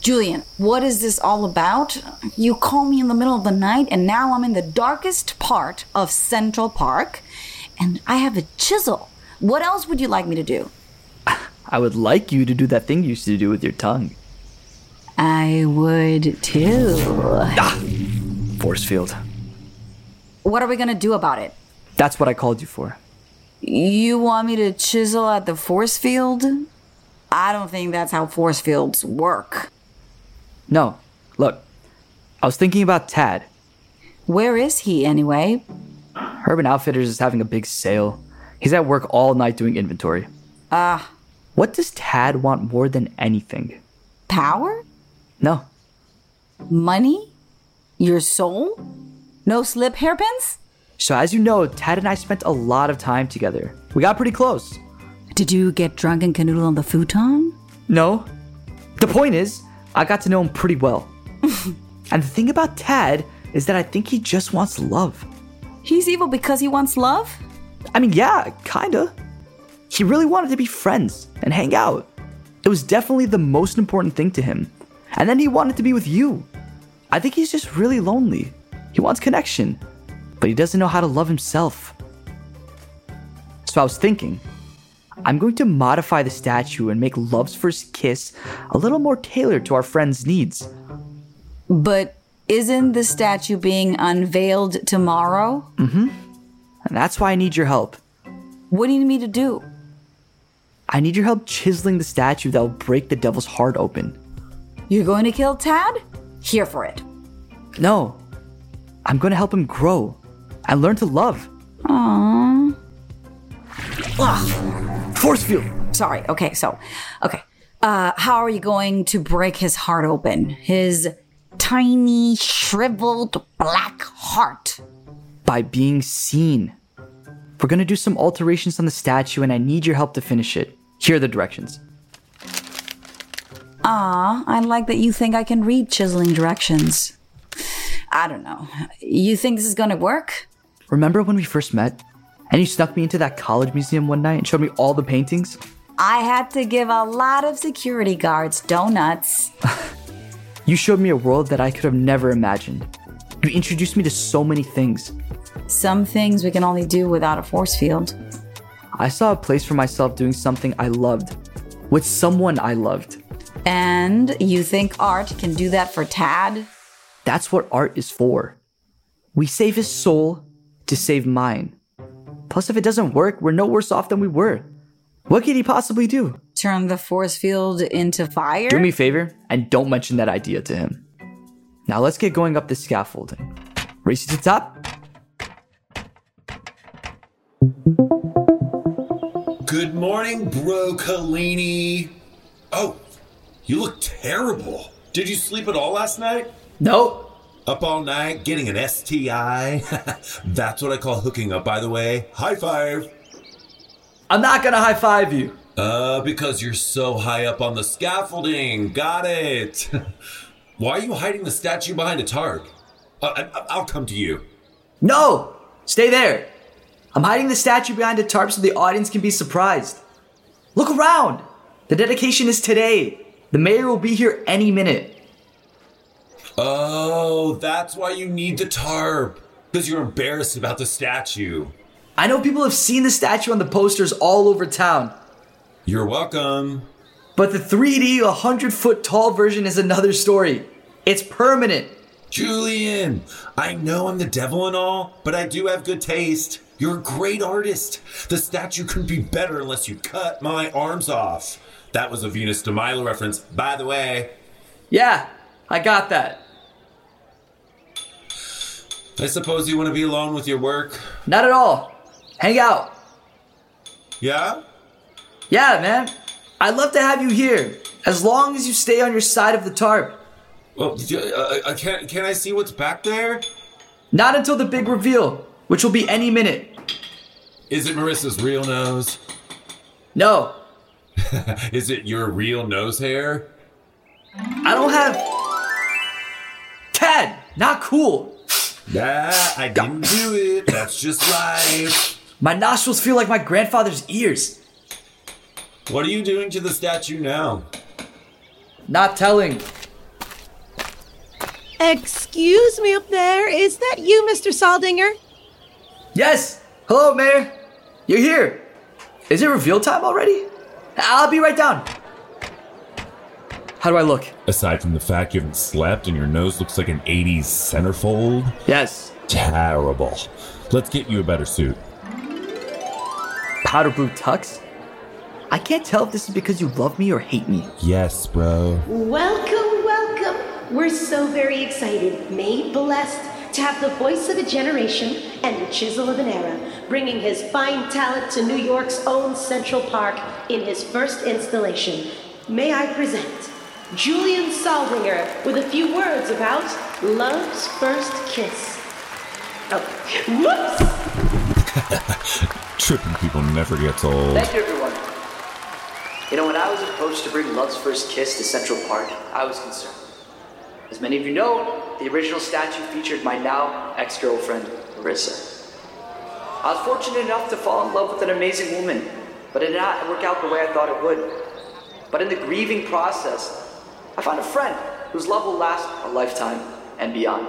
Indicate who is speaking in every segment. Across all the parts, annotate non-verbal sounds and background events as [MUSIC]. Speaker 1: Julian, what is this all about? You call me in the middle of the night, and now I'm in the darkest part of Central Park, and I have a chisel. What else would you like me to do?
Speaker 2: I would like you to do that thing you used to do with your tongue.
Speaker 1: I would too.
Speaker 2: Ah, Force field.
Speaker 1: What are we gonna do about it?
Speaker 2: That's what I called you for.
Speaker 1: You want me to chisel at the force field? I don't think that's how force fields work.
Speaker 2: No, look, I was thinking about Tad.
Speaker 1: Where is he anyway?
Speaker 2: Urban Outfitters is having a big sale. He's at work all night doing inventory.
Speaker 1: Uh,
Speaker 2: Ah. What does Tad want more than anything?
Speaker 1: power?
Speaker 2: No,
Speaker 1: Money? Your soul? No slip hairpins?
Speaker 2: So, as you know, Tad and I spent a lot of time together. We got pretty close.
Speaker 1: Did you get drunk and canoodle on the futon?
Speaker 2: No? The point is, I got to know him pretty [LAUGHS] well. and the thing about Tad is that I think he just wants love.
Speaker 1: He's evil because he wants love?
Speaker 2: I mean, yeah, kinda. He really wanted to be friends and hang out. It was definitely the most important thing to him. And then he wanted to be with you. I think he's just really lonely. He wants connection, but he doesn't know how to love himself. So I was thinking, I'm going to modify the statue and make Love's First Kiss a little more tailored to our friend's needs.
Speaker 1: But isn't the statue being unveiled tomorrow?
Speaker 2: And that's why I need your help.
Speaker 1: What do you need me to do?
Speaker 2: I need your help chiseling the statue that will break the devil's heart open.
Speaker 1: You're going to kill Tad? Here for it.
Speaker 2: No. I'm going to help him grow and learn to love.
Speaker 1: Aww.
Speaker 2: Force field.
Speaker 1: Sorry. Okay, so, okay. Uh, how are you going to break his heart open? His tiny, shriveled, black heart.
Speaker 2: By being seen. We're going to do some alterations on the statue and I need your help to finish it. Here are the directions.
Speaker 1: Aw, I like that you think I can read chiseling directions. I don't know. You think this is gonna work?
Speaker 2: Remember when we first met? And you snuck me into that college museum one night and showed me all the paintings?
Speaker 1: I had to give a lot of security guards donuts.
Speaker 2: You showed me a world that I could have never imagined. You introduced me to so many things.
Speaker 1: Some things we can only do without a force field.
Speaker 2: I saw a place for myself doing something I loved with someone I loved.
Speaker 1: And you think art can do that for Tad?
Speaker 2: That's what art is for. We save his soul to save mine. Plus, if it doesn't work, we're no worse off than we were. What could he possibly do?
Speaker 1: Turn the force field into fire?
Speaker 2: Do me a favor and don't mention that idea to him. Now let's get going up this scaffolding. Race to the top.
Speaker 3: Good morning, bro Collini. Oh, you look terrible. Did you sleep at all last night?
Speaker 2: Nope.
Speaker 3: Up all night getting an STI? [LAUGHS] That's what I call hooking up, by the way. High five.
Speaker 2: I'm not gonna high five you.
Speaker 3: Uh, because you're so high up on the scaffolding. Got it. [LAUGHS] Why are you hiding the statue behind a targ? Uh, I- I'll come to you.
Speaker 2: No! Stay there! I'm hiding the statue behind a tarp so the audience can be surprised. Look around! The dedication is today. The mayor will be here any minute.
Speaker 3: Oh, that's why you need the tarp. Because you're embarrassed about the statue.
Speaker 2: I know people have seen the statue on the posters all over town,
Speaker 3: You're welcome.
Speaker 2: but the 3D 100 foot tall version is another story. It's permanent.
Speaker 3: Julian, I know I'm the devil and all, but I do have good taste. You're a great artist. The statue couldn't be better unless you cut my arms off. That was a Venus de Milo reference, by the way.
Speaker 2: Yeah, I got that.
Speaker 3: I suppose you want to be alone with your work.
Speaker 2: Not at all. Hang out.
Speaker 3: Yeah?
Speaker 2: Yeah, man. I'd love to have you here, as long as you stay on your side of the tarp.
Speaker 3: Well, d- uh, uh, can, can I see what's back there?
Speaker 2: Not until the big reveal, which will be any minute.
Speaker 3: Is it Marissa's real nose? [LAUGHS]
Speaker 2: No,
Speaker 3: Is it your real nose hair?
Speaker 2: I don't have. Ted, not cool.
Speaker 3: Nah, I didn't do it. That's just life.
Speaker 2: My nostrils feel like my grandfather's ears.
Speaker 3: What are you doing to the statue now?
Speaker 2: Not telling.
Speaker 4: Excuse me up there. Is that you, Mr. Saldinger?
Speaker 2: Yes! Hello, Mayor! You're here! Is it reveal time already? I'll be right down! How do I look?
Speaker 3: Aside from the fact you haven't slept and your nose looks like an 80s centerfold,
Speaker 2: Yes.
Speaker 3: terrible. Let's get you a better suit.
Speaker 2: Powder blue tux? I can't tell if this is because you love me or hate me.
Speaker 3: Yes, bro.
Speaker 5: Welcome, welcome. We're so very excited, made blessed to have the voice of a generation and the chisel of an era, bringing his fine talent to New York's own Central Park in his first installation. May I present Julian Saldinger with a few words about love's first kiss. Oh, whoops!
Speaker 3: Tripping people never gets old.
Speaker 6: Thank you, everyone. You know, when I was approached to bring Love's First Kiss to Central Park, I was concerned. As many of you know, the original statue featured my now ex girlfriend, Marissa. I was fortunate enough to fall in love with an amazing woman, but it did not work out the way I thought it would. But in the grieving process, I found a friend whose love will last a lifetime and beyond.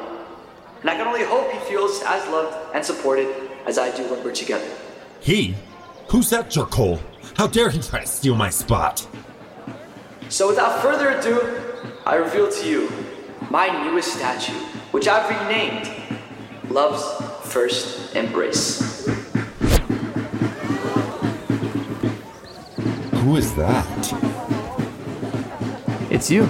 Speaker 6: And I can only hope he feels as loved and supported as I do when we're together.
Speaker 3: He? Who's that jerkhole? How dare he try to steal my spot?
Speaker 6: So without further ado, I reveal to you my newest statue, which I've renamed Love's First Embrace.
Speaker 3: Who is that?
Speaker 2: It's you.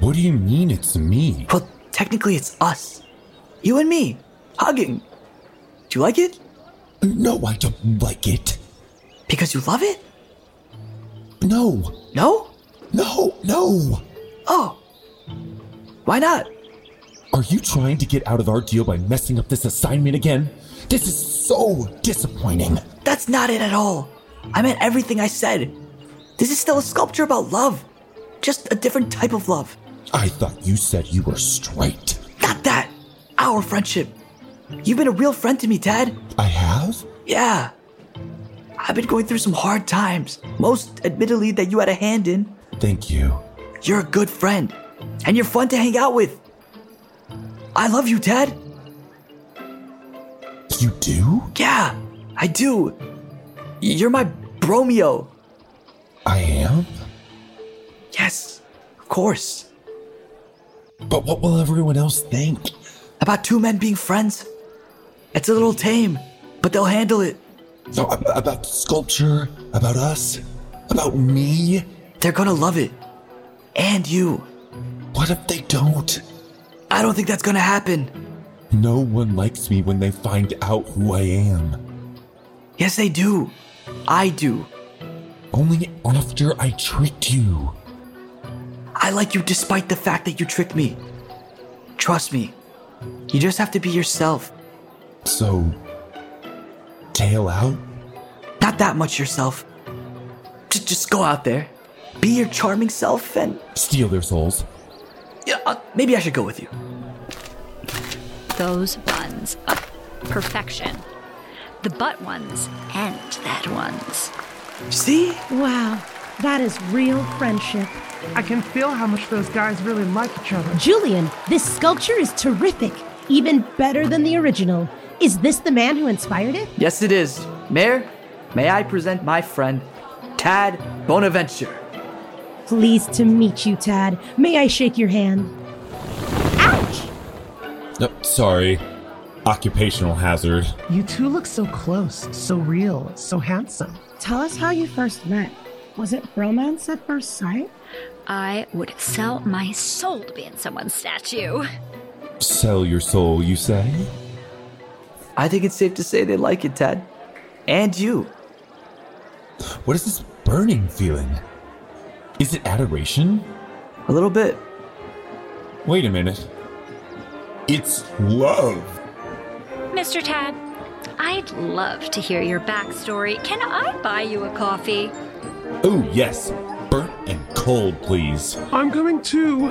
Speaker 3: What do you mean it's me?
Speaker 2: Well, technically, it's us. You and me. Hugging. Do you like it?
Speaker 3: No, I don't like it.
Speaker 2: Because you love it?
Speaker 3: No,
Speaker 2: No?
Speaker 3: no, no.
Speaker 2: Oh. Why not?
Speaker 3: Are you trying to get out of our deal by messing up this assignment again? This is so disappointing.
Speaker 2: That's not it at all. I meant everything I said. This is still a sculpture about love. Just a different type of love.
Speaker 3: I thought you said you were straight.
Speaker 2: Not that. Our friendship. You've been a real friend to me, Dad.
Speaker 3: I have?
Speaker 2: Yeah. I've been going through some hard times, most admittedly that you had a hand in.
Speaker 3: Thank you.
Speaker 2: You're a good friend, and you're fun to hang out with. I love you, Dad.
Speaker 3: You do?
Speaker 2: Yeah, I do. You're my bromeo.
Speaker 3: I am?
Speaker 2: Yes, of course.
Speaker 3: But what will everyone else think?
Speaker 2: About two men being friends. It's a little tame, but they'll handle it.
Speaker 3: No, ab- about sculpture, about us, about me?
Speaker 2: They're gonna love it. And you.
Speaker 3: What if they don't?
Speaker 2: I don't think that's gonna happen.
Speaker 3: No one likes me when they find out who I am.
Speaker 2: Yes, they do. I do.
Speaker 3: Only after I tricked you.
Speaker 2: I like you despite the fact that you tricked me. Trust me. You just have to be yourself.
Speaker 3: So, tail out?
Speaker 2: Not that much yourself. Just, just go out there. Be your charming self and
Speaker 3: Steal their souls.
Speaker 2: yeah, uh, maybe I should go with you.
Speaker 7: Those ones up. Perfection. The butt ones and that ones.
Speaker 2: See?
Speaker 4: Wow, that is real friendship.
Speaker 8: I can feel how much those guys really like each other.
Speaker 5: Julian, this sculpture is terrific, even better than the original. Is this the man who inspired it?
Speaker 2: Yes, it is. Mayor, may I present my friend, Tad Bonaventure?
Speaker 5: Pleased to meet you, Tad. May I shake your hand?
Speaker 3: No, sorry. Occupational hazard.
Speaker 8: You two look so close, so real, so handsome.
Speaker 9: Tell us how you first met. Was it romance at first sight?
Speaker 7: I would sell my soul to be in someone's statue.
Speaker 3: Sell your soul, you say?
Speaker 2: I think it's safe to say they like it, Tad. And you.
Speaker 3: What is this burning feeling? Is it adoration?
Speaker 2: A little bit.
Speaker 3: Wait a minute. It's love.
Speaker 7: Mr. Tad, I'd love to hear your backstory. Can I buy you a coffee?
Speaker 3: Oh, yes. Burnt and cold, please.
Speaker 8: I'm going too.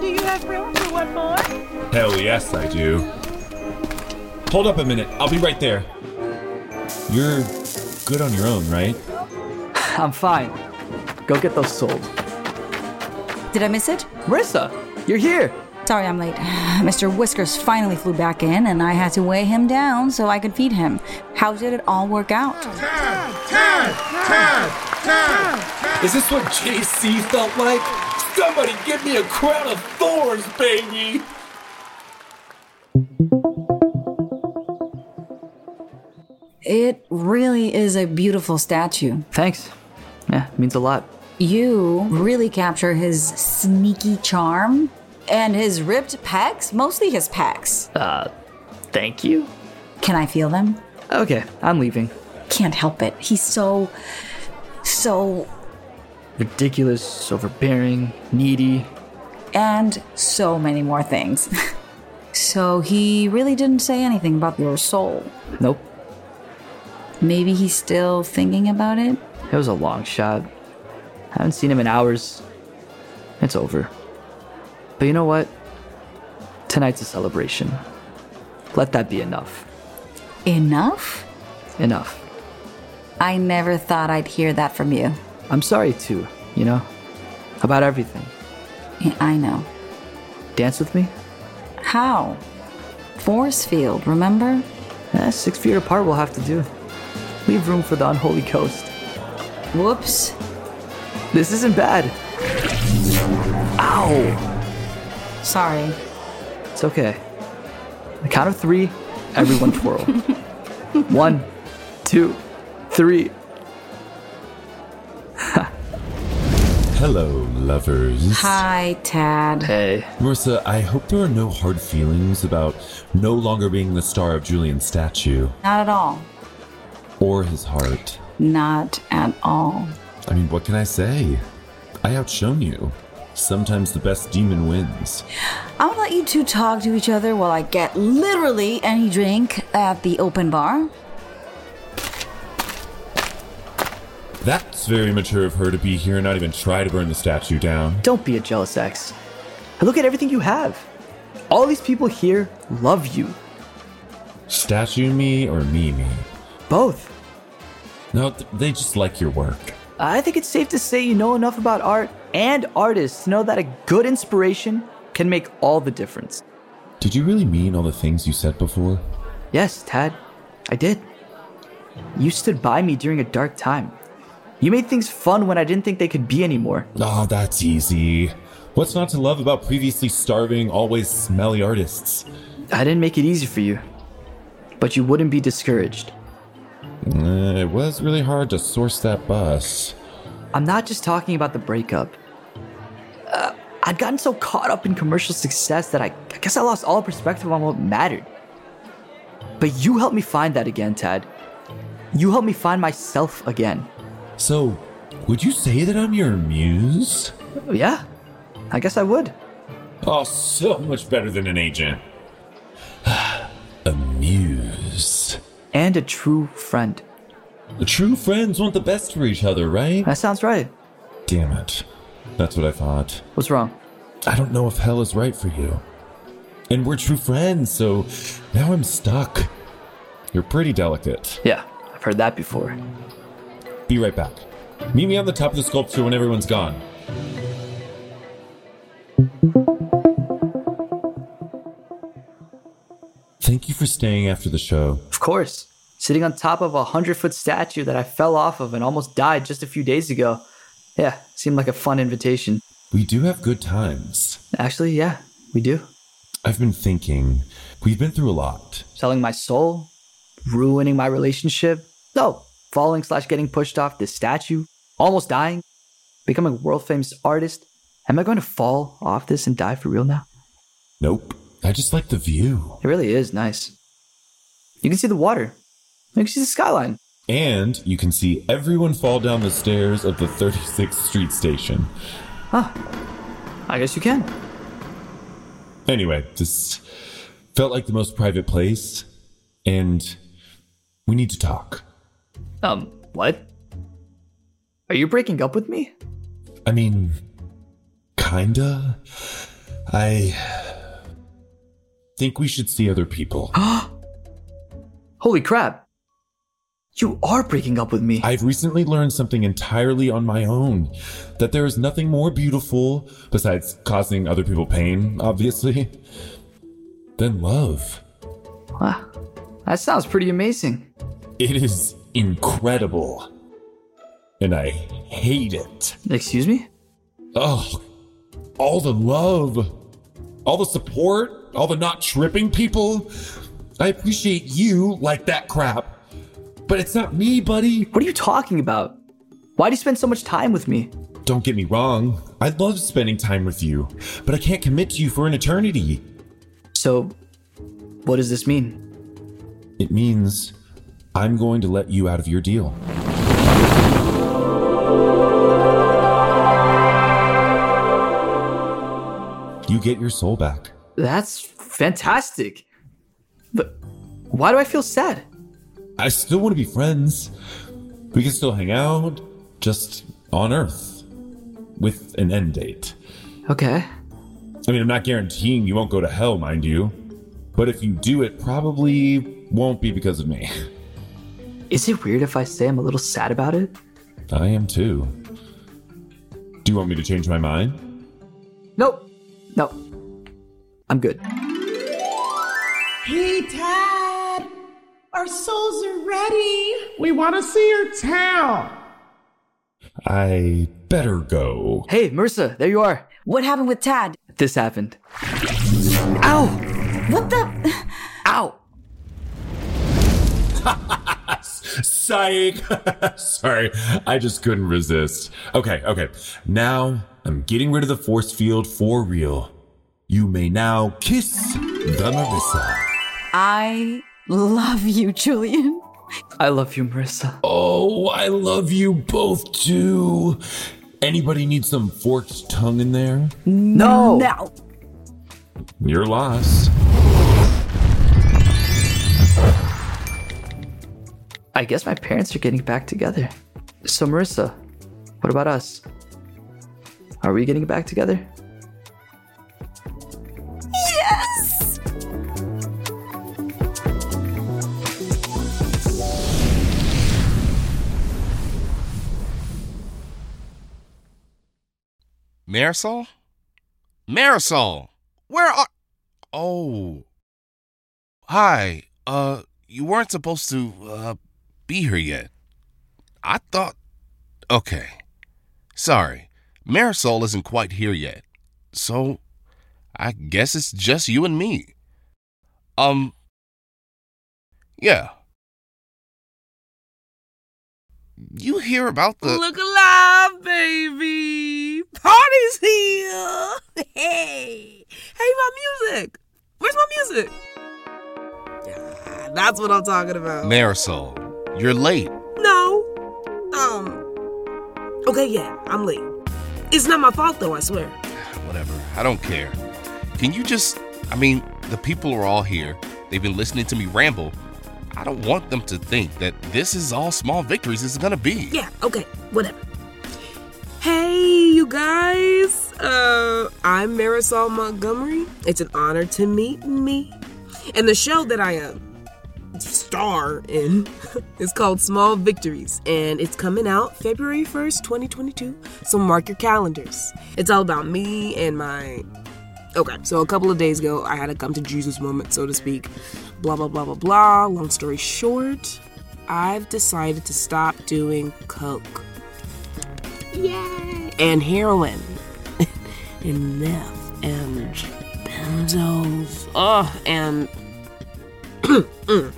Speaker 4: Do you have room for one more?
Speaker 3: Hell yes, I do. Hold up a minute. I'll be right there. You're good on your own, right?
Speaker 2: [LAUGHS] I'm fine. Go get those sold.
Speaker 1: Did I miss it?
Speaker 2: Marissa, you're here.
Speaker 1: Sorry I'm late. [SIGHS] Mr. Whiskers finally flew back in, and I had to weigh him down so I could feed him. How did it all work out?
Speaker 3: Is this what JC felt like? Somebody give me a crown of thorns, baby!
Speaker 1: It really is a beautiful statue.
Speaker 2: Thanks. Yeah, it means a lot.
Speaker 1: You really capture his sneaky charm and his ripped pecs, mostly his pecs.
Speaker 2: Thank you.
Speaker 1: Can I feel them?
Speaker 2: Okay, I'm leaving.
Speaker 1: Can't help it. He's so. so.
Speaker 2: Ridiculous, overbearing, needy.
Speaker 1: and so many more things. [LAUGHS] so he really didn't say anything about your soul.
Speaker 2: Nope.
Speaker 1: Maybe he's still thinking about it?
Speaker 2: It was a long shot. haven't seen him in hours. It's over. But you know what? Tonight's a celebration. Let that be enough.
Speaker 1: Enough?
Speaker 2: Enough.
Speaker 1: I never thought I'd hear that from you.
Speaker 2: I'm sorry too, you know? About everything.
Speaker 1: Yeah, I know.
Speaker 2: Dance with me?
Speaker 1: How? Force field, remember?
Speaker 2: Eh, six feet apart will have to do. Leave room for the unholy ghost.
Speaker 1: Whoops.
Speaker 2: This isn't bad. Ow!
Speaker 1: Sorry.
Speaker 2: It's okay. The count of three, everyone twirl. One, two, three.
Speaker 3: Hello, lovers.
Speaker 1: Hi, Tad.
Speaker 2: Hey.
Speaker 3: Marissa, I hope there are no hard feelings about no longer being the star of Julian's statue
Speaker 1: Not at all.
Speaker 3: or his heart.
Speaker 1: Not at all.
Speaker 3: I mean, what can I say? I outshone you. Sometimes the best demon wins.
Speaker 1: I'm gonna let you two talk to each other while I get literally any drink at the open bar.
Speaker 3: That's very mature of her to be here and not even try to burn the statue down.
Speaker 2: Don't be a jealous ex. Look at everything you have. All these people here love you.
Speaker 3: Statue me or me me?
Speaker 2: Both.
Speaker 3: No, th- they just like your work.
Speaker 2: I think it's safe to say you know enough about art and artists to know that a good inspiration can make all the difference.
Speaker 3: Did you really mean all the things you said before?
Speaker 2: Yes, Tad, I did. You stood by me during a dark time. You made things fun when I didn't think they could be anymore.
Speaker 3: Oh, that's easy. What's not to love about previously starving, always smelly artists?
Speaker 2: I didn't make it easy for you. But you wouldn't be discouraged.
Speaker 3: Uh, it was really hard to source that bus.
Speaker 2: I'm not just talking about the breakup. Uh, I'd gotten so caught up in commercial success that I, I guess I lost all perspective on what mattered. But you helped me find that again, Tad. You helped me find myself again.
Speaker 3: So, would you say that I'm your muse?
Speaker 2: Yeah, I guess I would.
Speaker 3: Oh, so much better than an agent. [SIGHS] a muse.
Speaker 2: And a true friend.
Speaker 3: The true friends want the best for each other, right?
Speaker 2: That sounds right.
Speaker 3: Damn it. That's what I thought.
Speaker 2: What's wrong?
Speaker 3: I don't know if hell is right for you. And we're true friends, so now I'm stuck. You're pretty delicate.
Speaker 2: Yeah, I've heard that before.
Speaker 3: Be right back. Meet me on the top of the sculpture when everyone's gone. Thank you for staying after the show.
Speaker 2: Of course. Sitting on top of a hundred foot statue that I fell off of and almost died just a few days ago. Yeah, seemed like a fun invitation.
Speaker 3: We do have good times.
Speaker 2: Actually, yeah, we do.
Speaker 3: I've been thinking. We've been through a lot.
Speaker 2: Selling my soul, ruining my relationship. No, falling slash getting pushed off this statue, almost dying, becoming a world famous artist. Am I going to fall off this and die for real now?
Speaker 3: Nope. I just like the view.
Speaker 2: It really is nice. You can see the water. You can see the skyline.
Speaker 3: And you can see everyone fall down the stairs of the 36th Street station.
Speaker 2: I guess you can.
Speaker 3: Anyway, this felt like the most private place, and we need to talk.
Speaker 2: Um, what? Are you breaking up with me?
Speaker 3: I mean, kinda. I think we should see other people.
Speaker 2: Holy crap. You are breaking up with me.
Speaker 3: I've recently learned something entirely on my own that there is nothing more beautiful, besides causing other people pain, obviously, [LAUGHS] than love.
Speaker 2: Wow. That sounds pretty amazing.
Speaker 3: It is incredible. And I hate it.
Speaker 2: Excuse me?
Speaker 3: Oh, all the love, all the support, all the not tripping people. I appreciate you like that crap. But it's not me, buddy.
Speaker 2: What are you talking about? Why do you spend so much time with me?
Speaker 3: Don't get me wrong. I love spending time with you, but I can't commit to you for an eternity.
Speaker 2: So, what does this mean?
Speaker 3: It means I'm going to let you out of your deal. You get your soul back.
Speaker 2: That's fantastic. But why do I feel sad?
Speaker 3: I still want to be friends. We can still hang out, just on Earth, with an end date.
Speaker 2: Okay.
Speaker 3: I mean, I'm not guaranteeing you won't go to hell, mind you. But if you do, it probably won't be because of me. [LAUGHS]
Speaker 2: Is it weird if I say I'm a little sad about it?
Speaker 3: I am too. Do you want me to change my mind?
Speaker 2: Nope. Nope. I'm good.
Speaker 4: Hey, Tad! Our souls are ready!
Speaker 8: We want to see your tail.
Speaker 3: I better go.
Speaker 2: Hey, Mursa, there you are.
Speaker 1: What happened with Tad?
Speaker 2: This happened. Ow!
Speaker 1: What the? [SIGHS]
Speaker 2: Ow!
Speaker 3: Psych! [LAUGHS] Sorry, I just couldn't resist. Okay, okay. Now I'm getting rid of the force field for real. You may now kiss the Marissa.
Speaker 1: I love you, Julian.
Speaker 2: I love you, Marissa.
Speaker 3: Oh, I love you both too. Anybody need some forked tongue in there?
Speaker 2: No!
Speaker 1: Now,
Speaker 3: You're lost.
Speaker 2: I guess my parents are getting back together. So, Marissa, what about us? Are we getting back together?
Speaker 1: yes!
Speaker 10: Marisol? Marisol! Where are. Oh. Hi. Uh, you weren't supposed to, uh, be here yet. I thought. Okay. Sorry. Marisol isn't quite here yet. So, I guess it's just you and me. Um. Yeah. You hear about the.
Speaker 11: Look alive, baby! Party's here! [LAUGHS] Hey! Hey, my music! Where's my music? Ah, That's what I'm talking about.
Speaker 10: Marisol, Oh, you're late.
Speaker 11: No. Um. Okay, yeah, I'm late. It's not my fault though, I swear.
Speaker 10: Whatever. I don't care. Can you just. I mean, the people are all here. They've been listening to me ramble. I don't want them to think that this is all small victories is gonna be.
Speaker 11: Yeah, okay, whatever. Hey, you guys. Uh, I'm Marisol Montgomery. It's an honor to meet me. And the show that I am star in is called Small Victories, and it's coming out February 1st, 2022. So mark your calendars. It's all about me and my. Okay, so a couple of days ago, I had a come to Jesus moment, so to speak. Blah, blah, blah, blah, blah. Long story short, I've decided to stop doing Coke and heroin [LAUGHS] and meth and benzos. Ugh, and [CLEARS THROAT] Mm.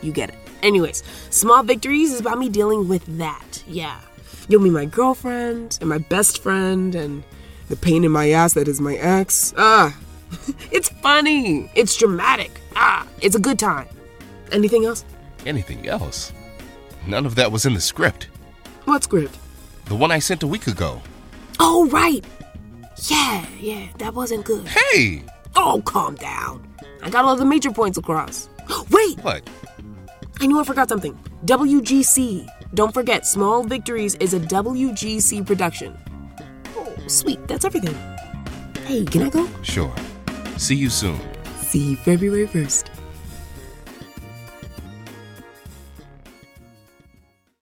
Speaker 11: you get it. Anyways, small victories is about me dealing with that. Yeah, you'll be my girlfriend and my best friend and the pain in my ass that is my ex. Ah, [LAUGHS] it's funny. It's dramatic. Ah, it's a good time. Anything else?
Speaker 10: Anything else? None of that was in the script.
Speaker 11: What script?
Speaker 10: The one I sent a week ago.
Speaker 11: Oh, right. Yeah, yeah, that wasn't good.
Speaker 10: Hey!
Speaker 11: Oh, calm down. I got all the major points across. [GASPS] Wait,
Speaker 10: What?
Speaker 11: I knew I forgot something. WGC. Don't forget, Small Victories is a WGC production. Oh, sweet, that's everything. Hey, can I go?
Speaker 10: Sure. See you soon.
Speaker 11: See you February 1st.